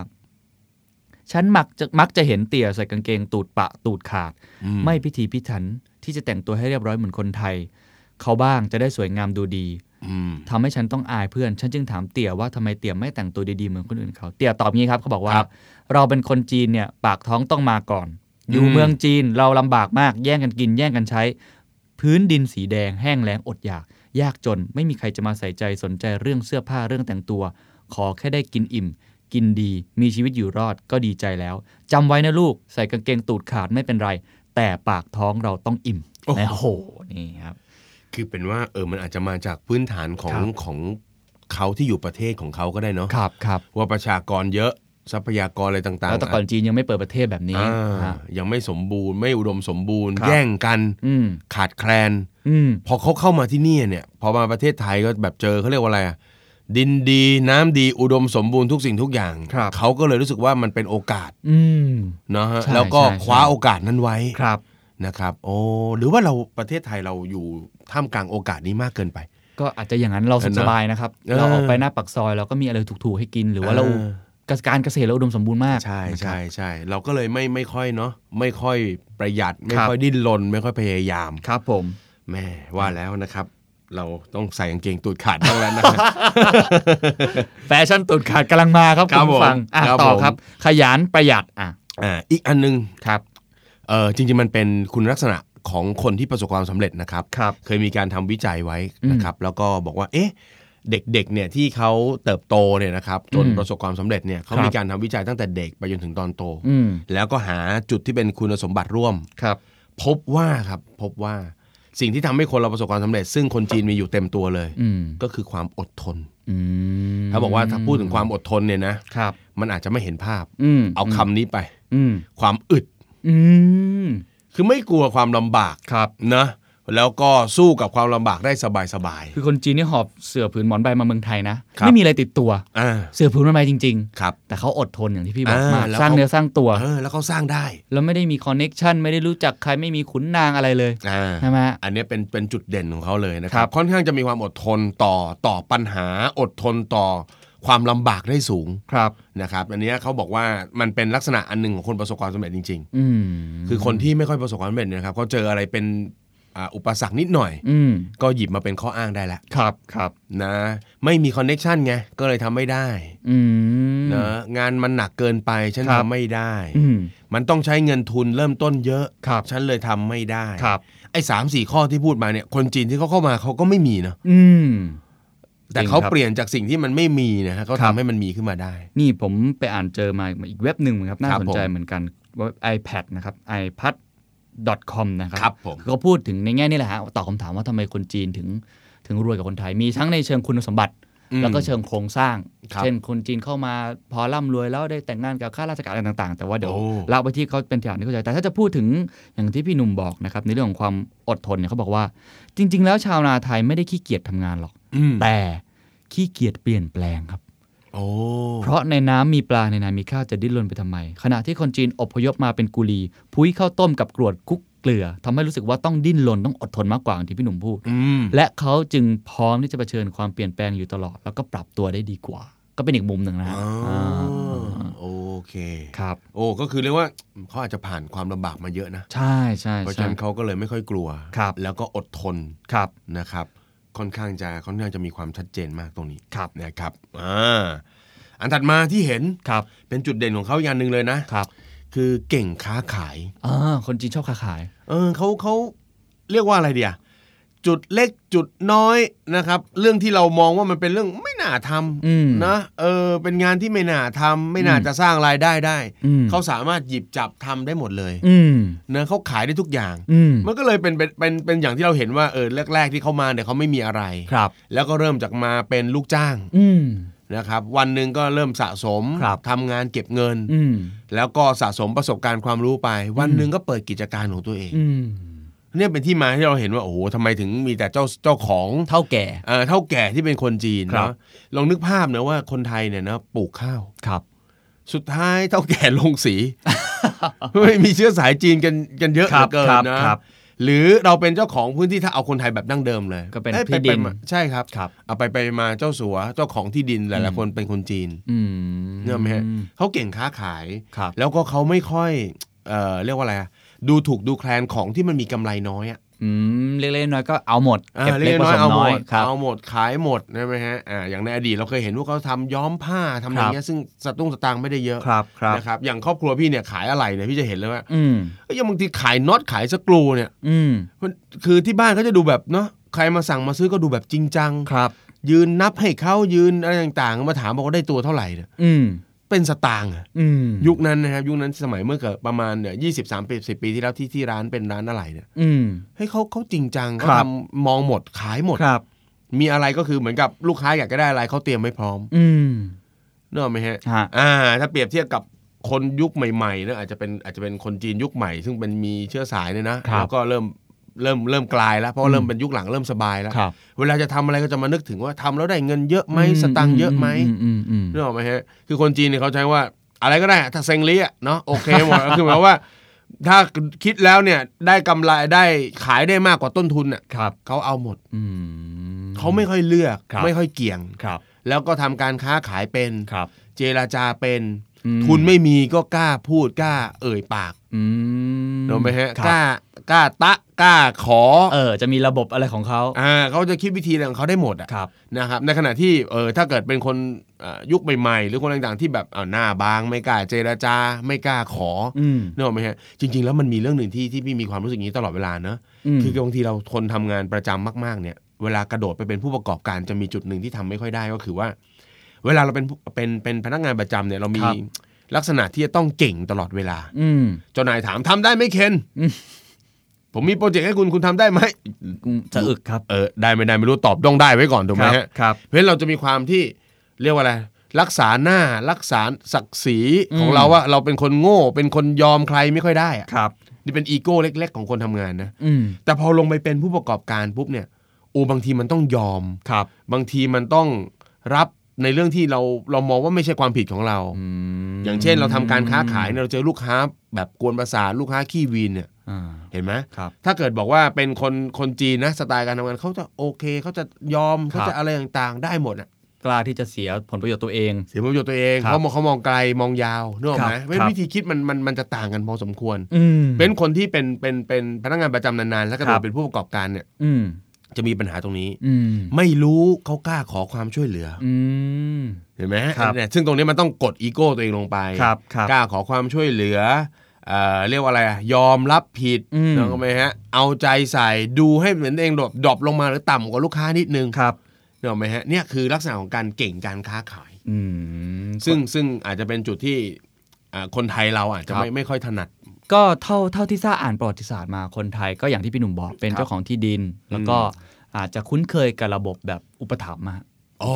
ฉันมักจะมักจะเห็นเตี่ยใส่กางเกงตูดปะตูดขาด ไม่พิถีพิถันที่จะแต่งตัวให้เรียบร้อยเหมือนคนไทย เขาบ้างจะได้สวยงามดูดี อืม ทำให้ฉันต้องอายเพื่อน ฉันจึงถามเตี่ยว่าทำไมเตี่ยไม่แต่งตัวดีๆเหมือนคนอื่นเขาเตี่ยตอบงี้ครับเขาบอกว่า ครับ เราเป็นคนจีนเนี่ยปากท้องต้องมาก่อน อยู่เมืองจีนเราลำบากมากแย่งกันกินแย่งกันใช้ พื้นดินสีแดงแห้งแล้งอดอยาก ยากจนไม่มีใครจะมาใส่ใจสนใจเรื่องเสื้อผ้าเรื่องแต่งตัว ขอแค่ได้กินอิ่ม กินดี มีชีวิตอยู่รอดก็ดีใจแล้วจำไว้นะลูกใส่กางเกงตูดขาดไม่เป็นไร แต่ปากท้องเราต้องอิ่ม โอ้โห นะโหนี่ครับ คือเป็นว่าเออมันอาจจะมาจากพื้นฐานของ ครับ ของเขาที่อยู่ประเทศของเขาก็ได้เนาะ ครับครับ ว่าประชากรเยอะทรัพยากรอะไรต่างๆ แล้วแต่ก่อนจีนยังไม่เปิดประเทศแบบนี้ อ่า ฮะ ยังไม่สมบูรณ์ไม่อุดมสมบูรณ์ ครับ แย่งกัน อืม ขาดแคลน อืม พอเขาเข้ามาที่นี่เนี่ย พอมาประเทศไทยก็แบบเจอเขาเรียกว่าอะไรอะดินดีน้ำดีอุดมสมบูรณ์ทุกสิ่งทุกอย่าง ครับ เขาก็เลยรู้สึกว่ามันเป็นโอกาส อืม นะฮะ ใช่ แล้วก็ ใช่ใช่ คว้าโอกาสนั้นไว้ ครับ นะครับ โอ้หรือว่าเราประเทศไทยเราอยู่ท่ามกลางโอกาสนี้มากเกินไป ก็อาจจะอย่างนั้นเราสุข เออนะ สบายนะครับ เออ เราออกไปหน้าปากซอยเราก็มีอะไรถูกๆให้กิน หรือว่าเรา เออ กษการเกษตรเราอุดมสมบูรณ์มาก ใช่ นะครับ ใช่ใช่เราก็เลยไม่ไม่ค่อยเนาะไม่ค่อยประหยัด ไม่ ครับ ค่อยดิ้นรนไม่ค่อยพยายาม ครับผม แม่ว่าแล้วนะครับ เราต้องใส่กางเกงตูดขาดบ้างแล้ว นะครับ แฟชั่นตูดขาดกำลังมาครับ ครับ คุณผู้ฟัง ผม อ่ะ ครับ ต่อ ผม ครับ ขยันประหยัดอ่ะ อ่าอีกอันหนึง ครับ เออจริงๆมันเป็นคุณลักษณะของคนที่ประสบความสำเร็จนะครับ ครับ เคยมีการทำวิจัยไว้นะครับ แล้วก็บอกว่า เอ๊ะ เด็กๆ เนี่ยที่เขาเติบโตเนี่ยนะครับจน อืม ประสบความสำเร็จเนี่ยเขา ครับ มีการทำวิจัยตั้งแต่เด็กไปจนถึงตอนโต อืม แล้วก็หาจุดที่เป็นคุณสมบัติร่วม ครับ พบว่าครับพบว่าสิ่งที่ทำให้คนเราประสบความสำเร็จ ซึ่งคนจีนมีอยู่เต็มตัวเลย อืม ก็คือความอดทน อืม ถ้าบอกว่าถ้าพูดถึงความอดทนเนี่ยนะครับ มันอาจจะไม่เห็นภาพ อืม เอาคำนี้ไป อืม ความอึด อืม คือไม่กลัวความลำบาก ครับ นะแล้วก็สู้กับความลำบากได้สบายสบาย คือคนจีนนี่หอบเสือผืนหมอนใบมาเมืองไทยนะ ครับ ไม่มีอะไรติดตัว ๆอ่า เสือผืนหมอนใบจริง ครับ ๆ แต่เขาอดทนอย่างที่พี่บอก อ่าม มาก แล้ว สร้าง เขา เนื้อสร้างตัว เออแล้วเขาสร้างได้ แล้วไม่ได้มีคอนเน็ชันไม่ได้รู้จักใครไม่มีขุนนางอะไรเลย อ่า ใช่ไหมฮะ อันเนี้ยเป็นเป็นจุดเด่นของเขาเลยนะค ครั รับ บ ค่อนข้างจะมีความอดทนต่อต่อปัญหาอดทนต่อความลำบากได้สูง ครับ นะครับอันเนี้ยเขาบอกว่ามันเป็นลักษณะอันหนึ่งของคนประสบความสำเร็จจริง อืม ๆ คือคนที่ไม่ค่อยประสบความสำเร็จเนี่ยนะครับเขาเจออะไรเป็นอ่าอุปสรรคนิดหน่อย อืม ก็หยิบมาเป็นข้ออ้างได้แล้ว ครับครับ นะไม่มีคอนเน็ชันไงก็เลยทำไม่ได้ อืม นะงานมันหนักเกินไปฉัน ครับ ทำไม่ได้ อืม มันต้องใช้เงินทุนเริ่มต้นเยอะ ครับ ฉันเลยทำไม่ได้ ครับ ไอ้สามสี่ข้อที่พูดมาเนี่ยคนจีนที่เขาเข้ามาเขาก็ไม่มีเนาะ อืม แต่เขา จริงครับ เปลี่ยนจากสิ่งที่มันไม่มีนะฮะเขา ครั ทำ บ ให้มันมีขึ้นมาได้ นี่ผมไปอ่านเจอมาอีกเว็บหนึ่งครับ น่า ครับ สนใจ ผม เหมือนกันเว็บ iPad นะครับ ipad com นะครับ ครับผม ก็พูดถึงในแง่นี้แหละฮะตอบคำถามว่าทำไมคนจีนถึงถึงรวยกับคนไทย มีทั้งในเชิงคุณสมบัติ แล้วก็เชิงโครงสร้าง ครับ เช่นคนจีนเข้ามาพอร่ำรวยแล้วได้แต่งงานกับข้าราชการอะไรต่างๆ แต่ว่าเดี๋ยว โอ้ เราไปที่เขาเป็นอย่างที่เข้าใจ แต่ถ้าจะพูดถึงอย่างที่พี่หนุ่มบอกนะครับในเรื่องของความอดทนเนี่ยเขาบอกว่า จริง ๆ แล้วชาวนาไทยไม่ได้ขี้เกียจทำงานหรอก อืม แต่ขี้เกียจเปลี่ยนแปลงครับ โอ้ เพราะในน้ำมีปลาในนามีข้าวจะดิ้นรนไปทำไม ขณะที่คนจีนอพยพมาเป็นกุลีพุ้ยข้าวต้มกับกรวดคลุกเกลือทำให้รู้สึกว่าต้องดิ้นรนต้องอดทนมากกว่าอย่างที่พี่หนุ่มพูด อืม และเขาจึงพร้อมที่จะเผชิญความเปลี่ยนแปลงอยู่ตลอด แล้วก็ปรับตัวได้ดีกว่า ก็เป็นอีกมุมหนึ่งนะฮะ อ๋อ อ่า โอเค ครับ โอ้ก็คือเรียกว่าเขาอาจจะผ่านความลำบากมาเยอะนะ ใช่ใช่ เพราะฉะ ใช่ นั้นเขาก็เลยไม่ค่อยกลัว ครับ แล้วก็อดทน ครับ นะครับ ค่อนข้างจะค่อนข้างจะมีความชัดเจนมากตรงนี้ ครับ นะครับ อ่า อันถัดมาที่เห็น ครับ เป็นจุดเด่นของเขาอย่างหนึ่งเลยนะ ครับ คือเก่งค้าขาย อ่าคนจีนชอบค้าขาย เออเขาเขาเรียกว่าอะไรเดียจุดเล็กจุดน้อยนะครับ เรื่องที่เรามองว่ามันเป็นเรื่องไม่น่าท อืม ำนะ เออ เป็นงานที่ไม่น่าทำไม่น่า อืม จะสร้างรายได้ได้ อืม เขาสามารถหยิบจับทำได้หมดเลย อืม นะเขาขายได้ทุกอย่าง อืม มันก็เลยเป็นเป็นเป็นเป็นอย่างที่เราเห็นว่าเออแรก ๆ ที่เขามาเนี่ยเขาไม่มีอะไร ครับ แล้วก็เริ่มจากมาเป็นลูกจ้าง อืม นะครับวันหนึ่งก็เริ่มสะสม ครับ ทำงานเก็บเงิน อืม แล้วก็สะสมประสบการณ์ความรู้ไป วันหนึ่งก็เปิดกิจการของตัวเอง อืม เนี่ยเป็นที่มาที่เราเห็นว่าโอ้โหทำไมถึงมีแต่เจ้าเจ้าของ เท่าแก่ เอ่อเท่าแก่ที่เป็นคนจีน ครับ เนาะลองนึกภาพนะว่าคนไทยเนี่ยนะปลูกข้าว ครับ สุดท้ายเท่าแก่ลงสี ไม่มีเชื้อสายจีนกันกันเยอะเห ครั ลื บ อเกิน ครับ นะครับ หรือเราเป็นเจ้าของพื้นที่ถ้าเอาคนไทยแบบดั้งเดิมเลย ก็เป็น อ้ย ที่ดิน ไมาใช่ครับ ครับ เอาไปไปมาเจ้าสัวเจ้าของที่ดินหลายๆคนเป็นคนจีน อืม เนี่ยไหมฮะเขาเก่งค้าขาย ครับ แล้วก็เขาไม่ค่อยเอ่อเรียกว่าอะไรอะดูถูกดูแคลนของที่มันมีกำไรน้อยอะ อืมเล็กๆน้อยๆก็เอาหมด อ่า เก็บเล็ก ก ผสม เอาหม น้อย ด ครับ เอาหมดขายหมดใช่ไหมฮะอ่าอย่างในอดีตเราเคยเห็นว่าเขาทำย้อมผ้าทำอะไร ครับ เงี้ยซึ่งสตุ้งสตางค์ไม่ได้เยอะ ครับครับ นะครับอย่างครอบครัวพี่เนี่ยขายอะไรเนี่ยพี่จะเห็นเลยว่า อืม เอ้ยยังบางทีขายน็อตขายสกรูเนี่ย อืม มันคือที่บ้านเขาจะดูแบบเนาะใครมาสั่งมาซื้อก็ดูแบบจริงจัง ครับ ยืนนับให้เขายืนอะไรต่างๆ มาถามบอกว่าได้ตัวเท่าไหร่เนี่ย อืม เป็นสตางค์อะ อืม ยุคนั้นนะครับยุคนั้นสมัยเมื่อเกิดประมาณเนี่ยยี่สิบสามปีสิบปีที่แล้วที่ที่ร้านเป็นร้านอะไรเนี่ย อืม ให้ยเขาเขาจริงจังเขา ครับ ทำมองหมดขายหมด ครับ มีอะไรก็คือเหมือนกับลูกค้าอยากจะได้อะไรเขาเตรียมไม่พร้อม อืม นึกออกไหมฮะ ฮะ อ่า ถ้าเปรียบเทียบกับคนยุคใหม่ๆนะอาจจะเป็นอาจจะเป็นคนจีนยุคใหม่ ซึ่งเป็นมีเชื้อสายเนี่ยนะแล้วก็เริ่มเริ่มเริ่มกลายแล้วเพราะว่าเริ่มเป็นยุคหลังเริ่มสบายแล้ว ครับ เวลาจะทำอะไรก็จะมานึกถึงว่าทำแล้วได้เงินเยอะไหมสตังค์เยอะไหม อืมอืม นึ อืม กออกไหมฮะ คือคนจีนเนี่ยเขาใช้ว่าอะไรก็ได้อะถ้าเซงลี่อะเนาะโอเคหม ด คือหมายความว่า ถ้าคิดแล้วเนี่ยได้กำไรได้ขายได้มากกว่าต้นทุนอ่ะ ครับ เขาเอาหมด อืม เขาไม่ค่อยเลือก ครับ ไม่ค่อยเกี่ยง ครับ แล้วก็ทำการค้าขายเป็น ครับ เจรจาเป็น อืม ทุนไม่มีก็กล้าพูดกล้า เอ่ยปาก อืม รู้ไหมฮะ ครับ กล้ากล้าตะกล้าขอ เออ จะมีระบบอะไรของเขา อ่าเขาจะคิดวิธีอะไรของเขาได้หมดอ่ะ ครับ นะครับในขณะที่เออถ้าเกิดเป็นคนเอ่อยุคใหม่ๆ หรือคนต่างๆที่แบบเอาหน้าบางไม่กล้าเจรจาไม่กล้าขออ อืม นึกออกไหมฮะจริง ๆ แล้วมันมีเรื่องหนึ่งที่ที่พี่มีความรู้สึกอย่างนี้ตลอดเวลาเนอะ ม คือบางทีเราทนทำงานประจำมากๆเนี่ยเวลากระโดดไปเป็นผู้ประกอบการจะมีจุดหนึ่งที่ทำไม่ค่อยได้ก็คือว่า เวลาเราเป็นผู้เป็นเป็นพนักงานประจำเนี่ยเรามีลักษณะที่จะต้องเก่งตลอดเวลา อืม เจ้านายถามทำได้ไหมเคน อืม ผมมีโปรเจกต์ให้คุณคุณทำได้ไหม จะอึกครับ เออได้ไม่ได้ไม่รู้ตอบต้องได้ไว้ก่อนถูกไหมฮะ ครับ เพราะฉะนั้นเราจะมีความที่เรียกว่าอะไร รักษาหน้ารักษาศักดิ์ศรีของ อืม เราว่าเราเป็นคนโง่ เป็นคนยอมใครไม่ค่อยได้อะ ครับ นี่เป็นอีโก้เล็ก ๆ ของคนทำงานนะ อืม แต่พอลงไปเป็นผู้ประกอบการปุ๊บเนี่ยโอ้บางทีมันต้องยอม ครับ บางทีมันต้องรับในเรื่องที่เราเรามองว่าไม่ใช่ความผิดของเรา อย่างเช่นเราทำการค้าขายเนี่ยเราเจอลูกค้าแบบกวนประสาทลูกค้าขี้วีนเนี่ย อ่า เห็นไหม ครับ ถ้าเกิดบอกว่าเป็นคนคนจีนนะสไตล์การทำงานเขาจะโอเคเขาจะยอม ครับ เขาจะอะไรต่างๆ ได้หมดอะ กล้าที่จะเสียผลประโยชน์ตัวเอง เสียประโยชน์ตัวเอง ครับ เขามองเขามองไกลมองยาวนึกออกไหม ครับ เพราะคฉะรับนั้นวิธีคิดมันมันมันจะต่างกันพอสมควร อืม เป็นคนที่เป็นเป็นเป็นพนักงานประจำนานๆแล้วก็ ครับ เป็นผู้ประกอบการเนี่ย อืม จะมีปัญหาตรงนี้ อืม ไม่รู้เขากล้าขอความช่วยเหลืออ อืม เห็นไหม ครับ เนี่ยซึ่งตรงนี้มันต้องกดอีโก้ตัวเองลงไป ครับครับ กล้าขอความช่วยเหลือเอ่อเรียกว่าอะไรอะยอมรับผิด อืม แล้วก็ไหมฮะ เอาใจใส่ดูให้เหมือนตัวเองดรอปดรอปลงมาหรือต่ำกว่าลูกค้านิดนึง ครับ เนกอะไหมฮะเนี่ยคือลักษณะของการเก่งการค้าขาย อืม ซึ่งซึ่งอาจจะเป็นจุดที่อ่าคนไทยเราอาจจะ ครับ ไม่ไม่ค่อยถนัด ก็เท่าเท่าที่ทราบอ่านประวัติศาสตร์มาคนไทยก็อย่างที่พี่หนุ่มบอกเป็นเจ้าของที่ดิน แล้วก็อาจจะคุ้นเคยกับระบบแบบอุปถัมภ์อะ อ๋อ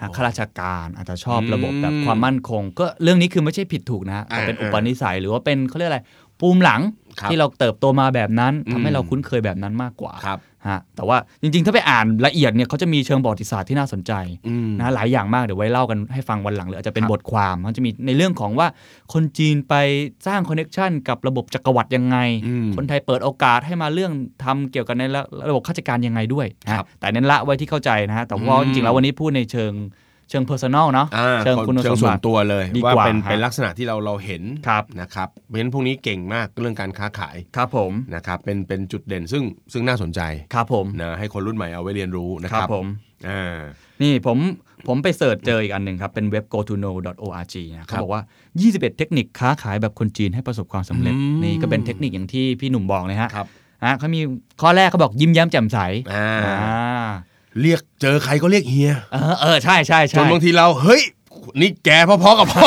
หาข้าราชการอาจจะชอบ อืม ระบบแบบความมั่นคง ก็เรื่องนี้คือไม่ใช่ผิดถูกนะแต่ อ่า เป็นอุปนิสัยหรือว่าเป็นเขาเรียกอะไรปูมหลัง ครับ ที่เราเติบโตมาแบบนั้น อืม ทำให้เราคุ้นเคยแบบนั้นมากกว่า ครับ ฮะแต่ว่าจริงๆ ถ้าไปอ่านละเอียดเนี่ยเขาจะมีเชิงประวัติศาสตร์ที่น่าสนใจ อืม นะหลายอย่างมากเดี๋ยวไว้เล่ากันให้ฟังวันหลังหรืออาจจะเป็น ครับ บทความมันจะมีในเรื่องของว่าคนจีนไปสร้างคอนเน็ชันกับระบบจักรวรรดิยังไง อืม คนไทยเปิดโอกาสให้มาเรื่องทำเกี่ยวกับในระระบบข้าราชการยังไงด้วยนะครับ แต่เน้นละไว้ที่เข้าใจนะฮะแต่ว่า อืม จริงๆแล้ววันนี้พูดในเชิงเชิงเพอร์ซันอลเนาะ อ่า เชิง คน คุณส เชิมงส่ว บั น ติ ตัวเลย ดี ว่าก ว่า เป็น ฮะ เป็นลักษณะที่เราเราเห็น ครับ นะครับเพราะฉะนั้นพวกนี้เก่งมากเรื่องการค้าขาย ครับผม นะครับเป็นเป็นจุดเด่นซึ่งซึ่งน่าสนใจ ครับผม นะให้คนรุ่นใหม่เอาไว้เรียนรู้นะ ค ค รั รั บบ ผม อ่า นี่ผมผมไปเสิร์ชเจออีกอันหนึ่งครับ เป็นเว็บ go to know org นะ ครั เขา บ บอกว่า 21 เทคนิคค้าขายแบบคนจีนให้ประสบความสำเร็จ อืม นี่ก็เป็นเทคนิคอย่างที่พี่หนุ่มบอกเลยฮะ ครับ อ่ะเขามีข้อแรกเขาบอกยิ้มแย้มแจ่มใส อ่า อ่า เรียกเจอใครก็เรียกเฮีย เออเออใช่ใช่ จ ใช่ นบางทีเราเฮ้ย นี่แกพอๆกับพ่อ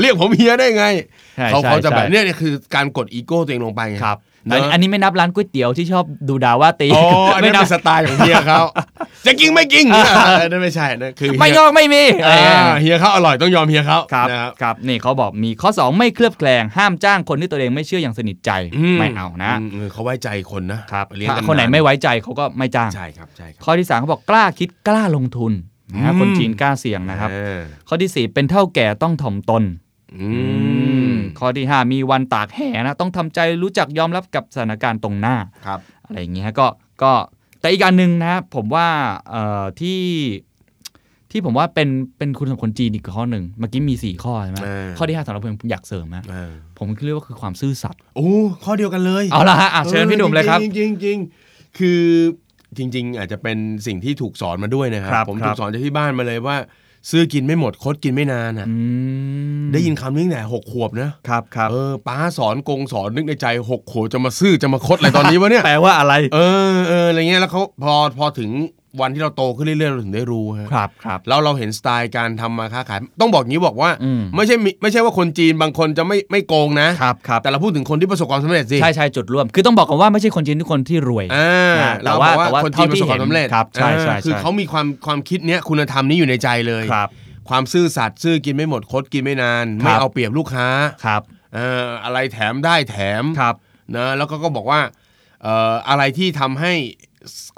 เรียกผมเฮียได้ไง ใช่ เขา ใช่ เขาจะ ใช่ แบบเนี่ยเนี่ยคือการกดอีโก้ตัวเองลงไปไง ครับ เน อั อะ นอันนี้ไม่นับร้านก๋วยเตี๋ยวที่ชอบดูดาว่าตี อ๋ออันนี้นเป็นสไตล์ของเฮียเขา จะกิงไม่กิงเนี่ยอันนั่นไม่ใช่นะคือเฮีย ไม่งอกไม่มี อ่าเฮียเขาอร่อยต้องยอมเฮียเขา ครับ นะครับ ครับนี่เขาบอกมีข้อ 2 ไม่เคลือบแคลงห้ามจ้างคนที่ตัวเองไม่เชื่ออย่างสนิทใจ อื ไม่เอานะ มเออเขาไว้ใจคนนะครับ เลี้ยงกั ถ้าคนไหนไม่ไว้ใจเขาก็ไม่จ้าง ใช่ครับใช่ครับ ข้อที่สามเขาบอกกล้าคิดกล้าลงทุนนะคน อืม จีนกล้าเสี่ยงนะครับ เออ ข้อที่สี่เป็นเท่าแก่ต้องถ่อมตน อืม ข้อที่ 5 มีวันตากแห่นะ ต้องทำใจรู้จักยอมรับกับสถานการณ์ตรงหน้า ครับ อะไรอย่างเงี้ยก็ก็แต่อีกอันหนึ่งนะ ผมว่าเอ่อที่ที่ผมว่าเป็นเป็นคุณสำหรับคนจีนอีกข้อหนึ่งเมื่อกี้มี 4 ข้อใช่ไหม เออ ข้อที่ 5สำหรับผมผมอยากเสริมนะ เออ ผมคิดว่าคือความซื่อสัตย์ โอ้ข้อเดียวกันเลย เอาละฮะอ่ะเชิญพี่หนุ่มเลยครับ จริงๆจริงๆจริงๆคือจริง ๆ อาจจะเป็นสิ่งที่ถูกสอนมาด้วยนะครั ครับ ผม ครับ ถูกสอนจากที่บ้านมาเลยว่า ซื้อกินไม่หมดคดกินไม่นานอ่ะ อืม ได้ยินคำนี้ตั้งแต่หกขวบนะครับ ครับ เออป้าสอนกงสอนนึกในใจหกขวบจะมาซื้อจะมาคดอะไรตอนนี้วะเนี่ย แปลว่าอะไร เออเอออะไรเงี้ยแล้วเขาพอพอถึงวันที่เราโตขึ้นเรื่อยๆเราถึงได้รู้ฮะ ครับครับ แล้วเราเห็นสไตล์การทำมาค้าขาย ต้องบอกงี้บอกว่า อืม ไม่ใช่มีไม่ใช่ว่าคนจีนบางคนจะไม่ไม่โกงนะ ครับครับ แต่เราพูดถึงคนที่ประสบความสำเร็จสิ ใช่ใช่จุดร่วม คือต้องบอกก่อนว่าไม่ใช่คนจีนทุกคนที่รวย อ่า นะ แต่ว่า แต่ แต่ ว่า ว่าคนจีน เท่า ป ที่ ระสบความสำเร็จ ครับใช่ใช่ อ่าคือ ใช่ เขามีความความคิดเนี้ยคุณธรรมนี้อยู่ในใจเลย ครับ ความซื่อสัตย์ซื่อกินไม่หมดคดกินไม่นาน ครับ ไม่เอาเปรียบลูกค้า ครับ เอ่ออะไรแถมได้แถม ครับ นะแล้วก็ก็บอกว่าเอ่ออะไรที่ทำให้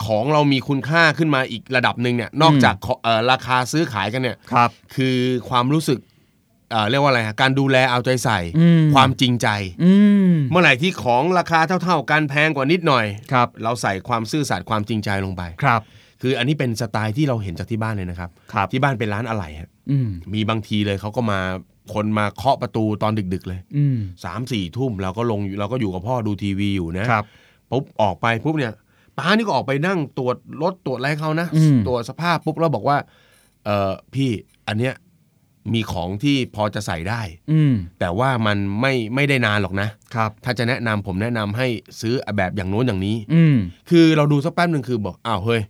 ของเรามีคุณค่าขึ้นมาอีกระดับหนึ่งเนี่ยนอกจากขอเอ่อราคาซื้อขายกันเนี่ย ครับ คือความรู้สึกเอ่อเรียกว่าอะไรฮะการดูแลเอาใจใส่ อืม ความจริงใจ อืม เมื่อไหร่ที่ของราคาเท่า ๆกันแพงกว่านิดหน่อย ครับ เราใส่ความซื่อสัตย์ความจริงใจลงไป ครับ คืออันนี้เป็นสไตล์ที่เราเห็นจากที่บ้านเลยนะครับ ครับ ที่บ้านเป็นร้านอะไหล่ฮะ อืม มีบางทีเลยเขาก็มาคนมาเคาะประตูตอนดึก ๆ เลย อืม สามสี่ทุ่มเราก็ลงอยู่เราก็อยู่กับพ่อดูทีวีอยู่นะครับ ปุ๊บออกไปปุ๊บเนี่ยป้านี่ก็ออกไปนั่งตรวจรถตรวจอะไรให้เขานะ อืม ตรวจสภาพปุ๊บแล้วบอกว่าเออพี่อันเนี้ยมีของที่พอจะใส่ได้ อืม แต่ว่ามันไม่ไม่ได้นานหรอกนะ ครับ ถ้าจะแนะนำผมแนะนำให้ซื้อแบบอย่างโน้นอย่างนี้ อืม คือเราดูสักแป๊บหนึ่งคือบอกอ้าวเฮ้ย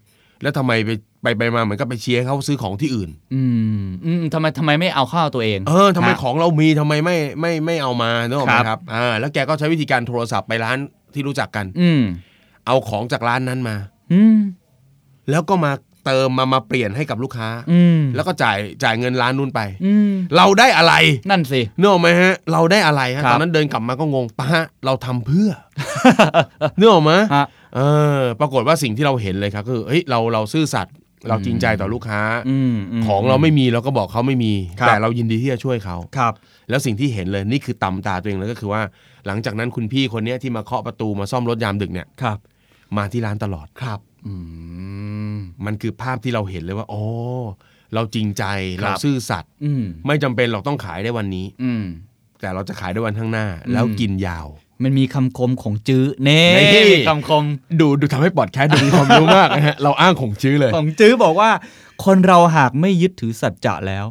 แล้วทำไมไปไปไปมาเหมือนกับไปเชียร์ให้เขาซื้อของที่อื่น อืมอืมทำไมทำไมไม่เอาเข้าวตัวเอง เออทำไม ฮะ ของเรามีทำไมไม่ไม่ไม่เอามาเนกอะไหม ค ค รั รับ บอ่าแล้วแกก็ใช้วิธีการโทรศัพท์ไปร้าน ที่รู้จักกัน อืม เอาของจากร้านนั้นมา อืม แล้วก็มาเติมมามาเปลี่ยนให้กับลูกค้า อืม แล้วก็จ่ายจ่ายเงินร้านนู้นไป อืม เราได้อะไร นั่นสิ เนกออกไหมฮะ เราได้อะไรฮะ ครับ ตอนนั้นเดินกลับมาก็งงปะฮะเราทำเพื่อ เนื้ออกไหม ฮะ เออ ปรากฏว่าสิ่งที่เราเห็นเลยครับคือเฮ้ยเราเราซื่อสัตย์เราจริงใจต่อลูกค้า อืมม ของเราไม่มีเราก็บอกเขาไม่มี ครับ แต่เรายินดีที่จะช่วยเขา ครับ แล้วสิ่งที่เห็นเลยนี่คือตำตาตัวเองเลยก็คือว่า หลังจากนั้นคุณพี่คนเนี้ยที่มาเคาะประตูมาซ่อมรถยามดึกเนี่ย ครับ มาที่ร้านตลอด ครับ อืม มันคือภาพที่เราเห็นเลยว่า โอ้เราจริงใจ ครั เรา บ ซื่อสัตย์ อืม ไม่จำเป็นหรอกต้องขายได้วันนี้ อืม แต่เราจะขายได้วันข้างหน้า อืม แล้วกินยาว มันมีคำคมของจื้อเน่ นี่ มีคำคม ดูดูทำให้ปอดแคสดูมีความรู้มากนะฮะ เราอ้างของชื่อเลย ของจื้อบอกว่า คนเราหากไม่ยึดถือสัจจะแล้ว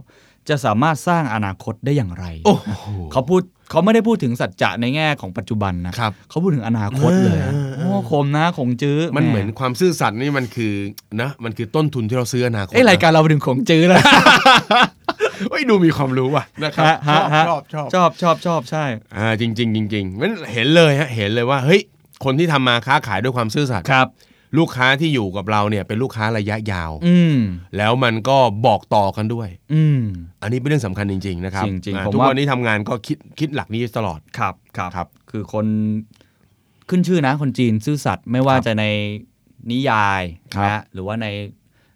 จะสามารถสร้างอนาคตได้อย่างไร โอ้โห เขาพูดเขาไม่ได้พูดถึงสัจจะในแง่ของปัจจุบันนะครับเขาพูดถึงอนาคตเลยนะ เออเออ โอ้คมนะของจื้อ มันเหมือน แ ความซื่อสัตย์นี่มันคือนะ มันคือต้นทุนที่เราซื้ออนาคต เอ้ยรายการเราถึงของจื้อแล้ว เอ้ยดูมีความรู้ว่ะนะครับ ฮะฮะฮะ ชอบชอบ ช ชออบบชอบชอบใช่ อ่าจริงจริงๆจริงๆมันเห็นเลยฮะเห็นเลยว่าเฮ้ยคนที่ทำมาค้าขายด้วยความซื่อสัตย์ ครับ ลูกค้าที่อยู่กับเราเนี่ยเป็นลูกค้าระยะยาว อืม แล้วมันก็บอกต่อกันด้วย อืม อันนี้เป็นเรื่องสำคัญจริง ๆ นะครับ จริงๆ อ่า ผม ทุก ว่า วันนี้ทำงานก็คิดคิดหลักนี้ตลอด ครับครับ ครับ คือคนขึ้นชื่อนะ คนจีนซื่อสัตย์ไม่ว่าจะในนิยาย ครับ นะหรือว่าใน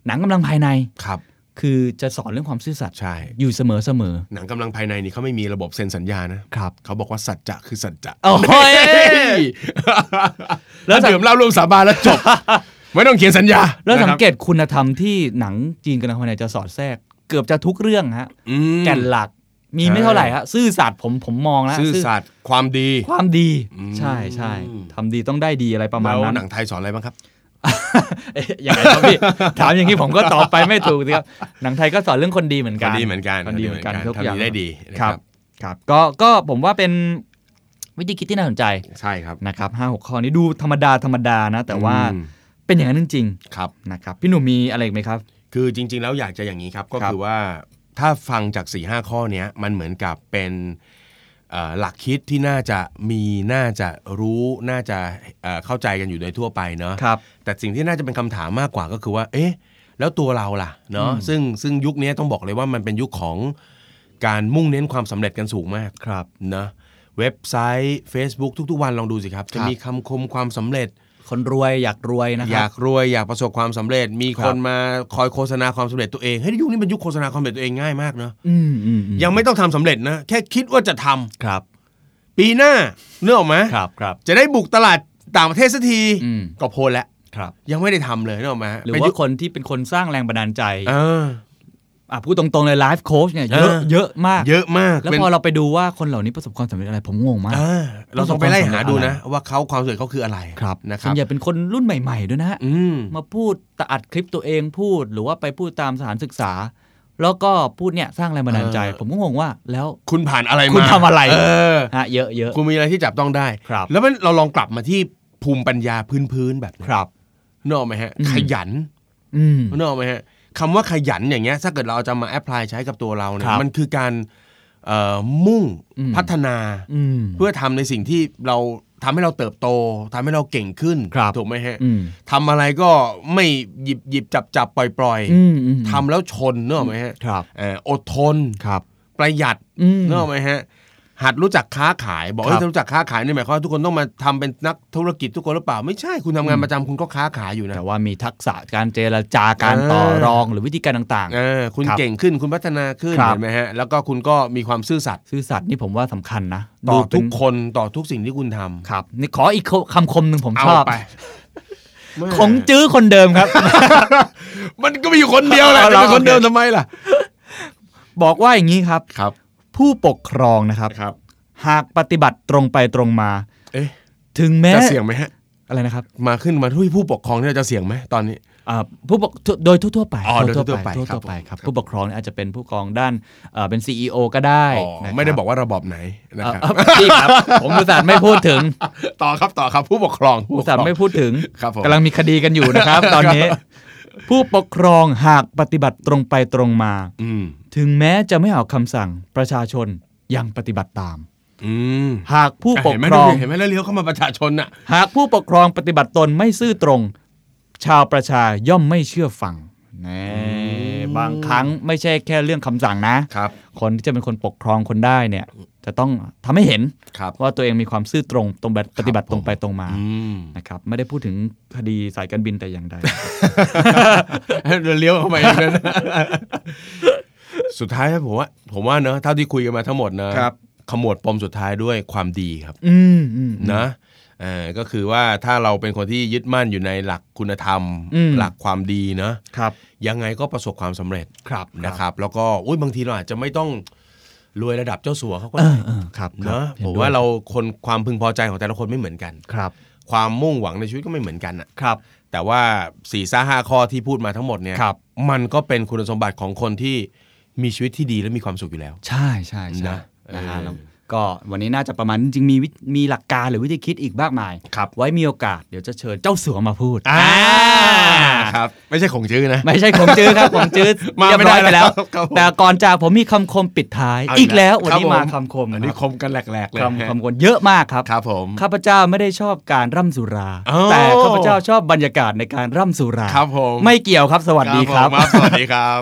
หนังกำลังภายใน ครับ คือจะสอนเรื่องความซื่อสัตย์ ใช่ อยู่เสมอเสมอ หนังกำลังภายในนี่เขาไม่มีระบบเซ็นสัญญานะครับ เขาบอกว่าสัจจะคือสัจจะ โอ้ย แล้ แล้ว วดื่มเหล้าร่วมสาบานแล้วจบ ไม่ต้องเขียนสัญญา แล้วสังเก นะครับ ตคุณธรรมที่หนังจีนกำลังภายในจะสอดแทรก เกือบจะทุกเรื่องฮะ อืม แก่นหลักมีไม่ ใช่ เท่าไหร่ฮะซื่อสัตย์ผมผมมองแล้ว ซื่อสัตย์ความดี ความดี อืม ใช่ใช่ทำดีต้องได้ดีอะไรประมาณ แล้ว นั้น หนังไทยสอนอะไรบ้างครับ เอ๊ะยังไงครับ พี่ ถามอย่างนี้ผมก็ตอบไปไม่ถูกสิครับหนังไทยก็สอนเรื่องคนดีเหมือน ค กัน น ดีเหมือนกัน คนดีเหมือนกัน ค ทุกอย่าง ทำดีได้ดีนะ ค ค รั รั บบ ครับก็ก็ผมว่าเป็นวิธีคิดที่น่าสนใจ ใช่ครับ นะครับห้าหกข้อนี้ดูธรรมดาธรรมดานะ แต่ว่า อืม เป็นอย่างนั้นจริง ครับ ๆนะครับพี่หนุ่มมีอะไรอีกไหมครับ คือจริง ๆ แล้วอยากจะอย่างนี้ครับ ก็ ครับ คือว่าถ้าฟังจาก4ีหข้อเนี้ยมันเหมือนกับเป็นเอ่อหลักคิดที่น่าจะมีน่าจะรู้น่าจะเอ่อเข้าใจกันอยู่โดยทั่วไปเนาะ ครับ แต่สิ่งที่น่าจะเป็นคำถามมากกว่าก็คือว่า เอ๊ะ แล้วตัวเราล่ะ เนาะ อืม ซึ่งซึ่งยุคนี้ต้องบอกเลยว่ามันเป็นยุคของการมุ่งเน้นความสำเร็จกันสูงมาก ครับ เนาะ เว็บไซต์ Facebook ทุก ๆ วันลองดูสิครับ จะมีคำคมความสำเร็จ คนรวยอยากรวยนะค อ รั ยา บ กรวยอยากประสบความสำเร็จ มี ครับคนมาคอยโฆษณาความสำเร็จตัวเอง เฮ้ยยุคนี้เป็นยุคโฆษณาความสำเร็จตัวเองง่ายมากเนาะ อืมอืมอืม ยังไม่ต้องทำสำเร็จนะ แค่คิดว่าจะทำ ครับ ปีหน้าเนื้อออกไหม ครับครับ จะได้บุกตลาดต่างประเทศสักที อืม ก็โพลแล้ว ครับ ยังไม่ได้ทำเลยเนื้อออกไหม หรือ เป็น ว่า ยุค คนที่เป็นคนสร้างแรงบันดาลใจ อ่า อ่ะพูดตรงๆเลยไลฟ์โค้ชเนี่ยเยอะ เออ เยอะมาก เยอะมาก แล้ว เป็น พอเราไปดูว่าคนเหล่านี้ประสบความสำเร็จอะไรผมงงมาก อ่าเราต้องไปไล่หาดูนะ ประสบความสำเร็จอะไร ว่าเขาความสำเร็จเขาคืออะไร ครับ นะค ส่ รั ว บ นใหญ่เป็นคนรุ่นใหม่ ๆ ด้วยนะฮะ อืม มาพูดตะอัดคลิปตัวเองพูดหรือว่าไปพูดตามสถานศึกษา แล้วก็พูดเนี่ยสร้างแรงบันดาลใจ ผมก็งงว่าแล้ว คุณผ่านอะไรมา คุณทำอะไร เออ ฮะเยอะเยอะ คุณมีอะไรที่จับต้องได้ ครับ แล้วมันเราลองกลับมาที่ภูมิปัญญาพื้นๆแบบ ค นี้ รับ นกออกไหมฮะ อืม ขยัน อืม นกออกไหมฮะคำว่าขยันอย่างเงี้ย ถ้าเกิดเราเอาจะมาแอพพลายใช้กับตัวเราเนี่ ค ย รับ มันคือการเอ่อมุ่ง อืม พัฒนา อืม เพื่อทำในสิ่งที่เราทำให้เราเติบโตทำให้เราเก่งขึ้น ครับ ถูกไหมฮะ อืม ทำอะไรก็ไม่หยิบหยิบจับจับปล่อยปล่อยๆ อืมอืม ทำแล้วชนเนกอะไหมฮะ ครับ เอ่ออดทน ครับ ประหยัด อืม เนกอะไหมฮะ หัดรู้จักค้าขาย บอก ครับ ว่ารู้จักค้าขายนี่หมายความว่าทุกคนต้องมาทำเป็นนักธุรกิจทุกคนหรือเปล่า ไม่ใช่คุณทำงา อื น ม ประจำคุณก็ค้าขายอยู่นะ แต่ว่ามีทักษะการเจรจาการ เออ ต่อรองหรือวิธีการต่าง เออคุณ ครับ เก่งขึ้นคุณพัฒนาขึ้น ครับ เห็นไหมฮะแล้วก็คุณก็มีความซื่อสัตย์ ๆ ซื่อสัตย์นี่ผมว่าสำคัญนะ ต่อ ดูเป็ ทุกคนต่อทุกสิ่งที่คุณทำ ครับนี่ขออีกคำคมหนึ่งผม เอา ชอบ ไป ของจื้อคนเดิม ครับ มันก็มีอยู่คนเดียวแหละ เอา จะ ละ เป็นคโอนเค เดิมทำไมล่ะ บอกว่าอย่างนี้ครับ ครับ ผู้ปกครองนะครับ ครับ หากปฏิบัติตรงไปตรงมา เอ๊ะ ถึงแม้ จะเสี่ยงไหมฮะ อะไรนะครับ มาขึ้นมาทุยผู้ปกครองเนี่ยจะเสี่ยงไหมตอนนี้ อ่าผู้ปกโดยทั่วๆไป อ๋อโดยทั่ว ๆ ๆไป ทั่วๆไป ค ค รั รับ บ ผู้ปกครองเนี่ยอาจจะเป็นผู้กองด้านเอ่อเป็น CEO ก็ได้ อ๋อ นะครั ไม่ได้บอกว่าระบอบไหนนะ เอ่อ ครับ เอ่ อพี่ครับ ผมอุตส่าห์ไม่พูดถึง ต่อครับต่อครับผู้ปกครองผู้ป อุ ก ต คร ส่า อง ห์ไม่พูดถึง ครับผม กำลังมีคดีกันอยู่ นะครับ ตอนนี้ ผู้ปกครองหากปฏิบัติตรงไปตรงมา อืม ถึงแม้จะไม่ออกคำสั่งประชาชนยังปฏิบัติตาม อืม หากผู้ปก เห็นไหม ครอง ดูดิเห็นไหมแล้วเลี้ยวเข้ามาประชาชนน่ะ หากผู้ปกครองปฏิบัติตนไม่ซื่อตรง ชาวประชาย่อมไม่เชื่อฟังแน่บางครั้งไม่ใช่แค่เรื่องคำสั่งนะ ครับ คนที่จะเป็นคนปกครองคนได้เนี่ย จะต้องทำให้เห็น ครับ ว่าตัวเองมีความซื่อตรงตรงแบบปฏิบัติตรงไปตรงมา อืม นะครับไม่ได้พูดถึงคดีสายการบินแต่อย่างใด เลี้ยวเข้ามาเองนั่นสุดท้ายครับผมว่า ผมว่าเนอะเท่าที่คุยกันมาทั้งหมดนะครับ ขมวดปมสุดท้ายด้วยความดีครับ อืมอืม นะเออก็คือว่าถ้าเราเป็นคนที่ยึดมั่นอยู่ในหลักคุณธรรม อืม หลักความดีเนอะ ครับ ยังไงก็ประสบความสำเร็จ ครับ นะครับ แล้วก็อุ้ยบางทีเราอาจจะไม่ต้องรวยระดับเจ้าสัวเขาก็ เอ ได้ อเออครับ เนอะ ห็ ผม ด้วย ว่าเราคนความพึงพอใจของแต่ละคนไม่เหมือนกัน ครับ ความมุ่งหวังในชีวิตก็ไม่เหมือนกันอะ ครับ แต่ว่า4ี่ซ่าห้าข้อที่พูดมาทั้งหมดเนี่ย ครับ มันก็เป็นคุณสมบัติของคนที่มีชีวิตที่ดีและมีความสุขอยู่แล้ว ใช่ใช่ใช่ นะ นะฮะ เออ แล้วก็วันนี้น่าจะประมาณนี้จริงๆมีวิมีหลักการหรือวิธีคิดอีกมากมาย ครับ ไว้มีโอกาส เดี๋ยวจะเชิญเจ้าสัวมาพูด ค อ่า รับ ไม่ใช่ของชื่อนะ ไม่ใช่ผมจื้อครับ ผมจื้อ มา เรียบ ไม่ ร้อได้ยไปแล้ว แล้วครับผม แต่ก่อนจากผมมีคำคมปิดท้าย เอาอี อี ก กแล้ว แล้ว วันนี้ ครับผม มาคำคม อันนี้ ค ครับ มกันแหลกๆเลย คำคำคนเยอะมากครับ ครับผม ข้าพเจ้าไม่ได้ชอบการร่ำสุรา อ้าว แต่ข้าพเจ้าชอบบรรยากาศในการร่ำสุรา ครับผม ไม่เกี่ยวครับสวัสดีครับ ผมสวัสดีครับ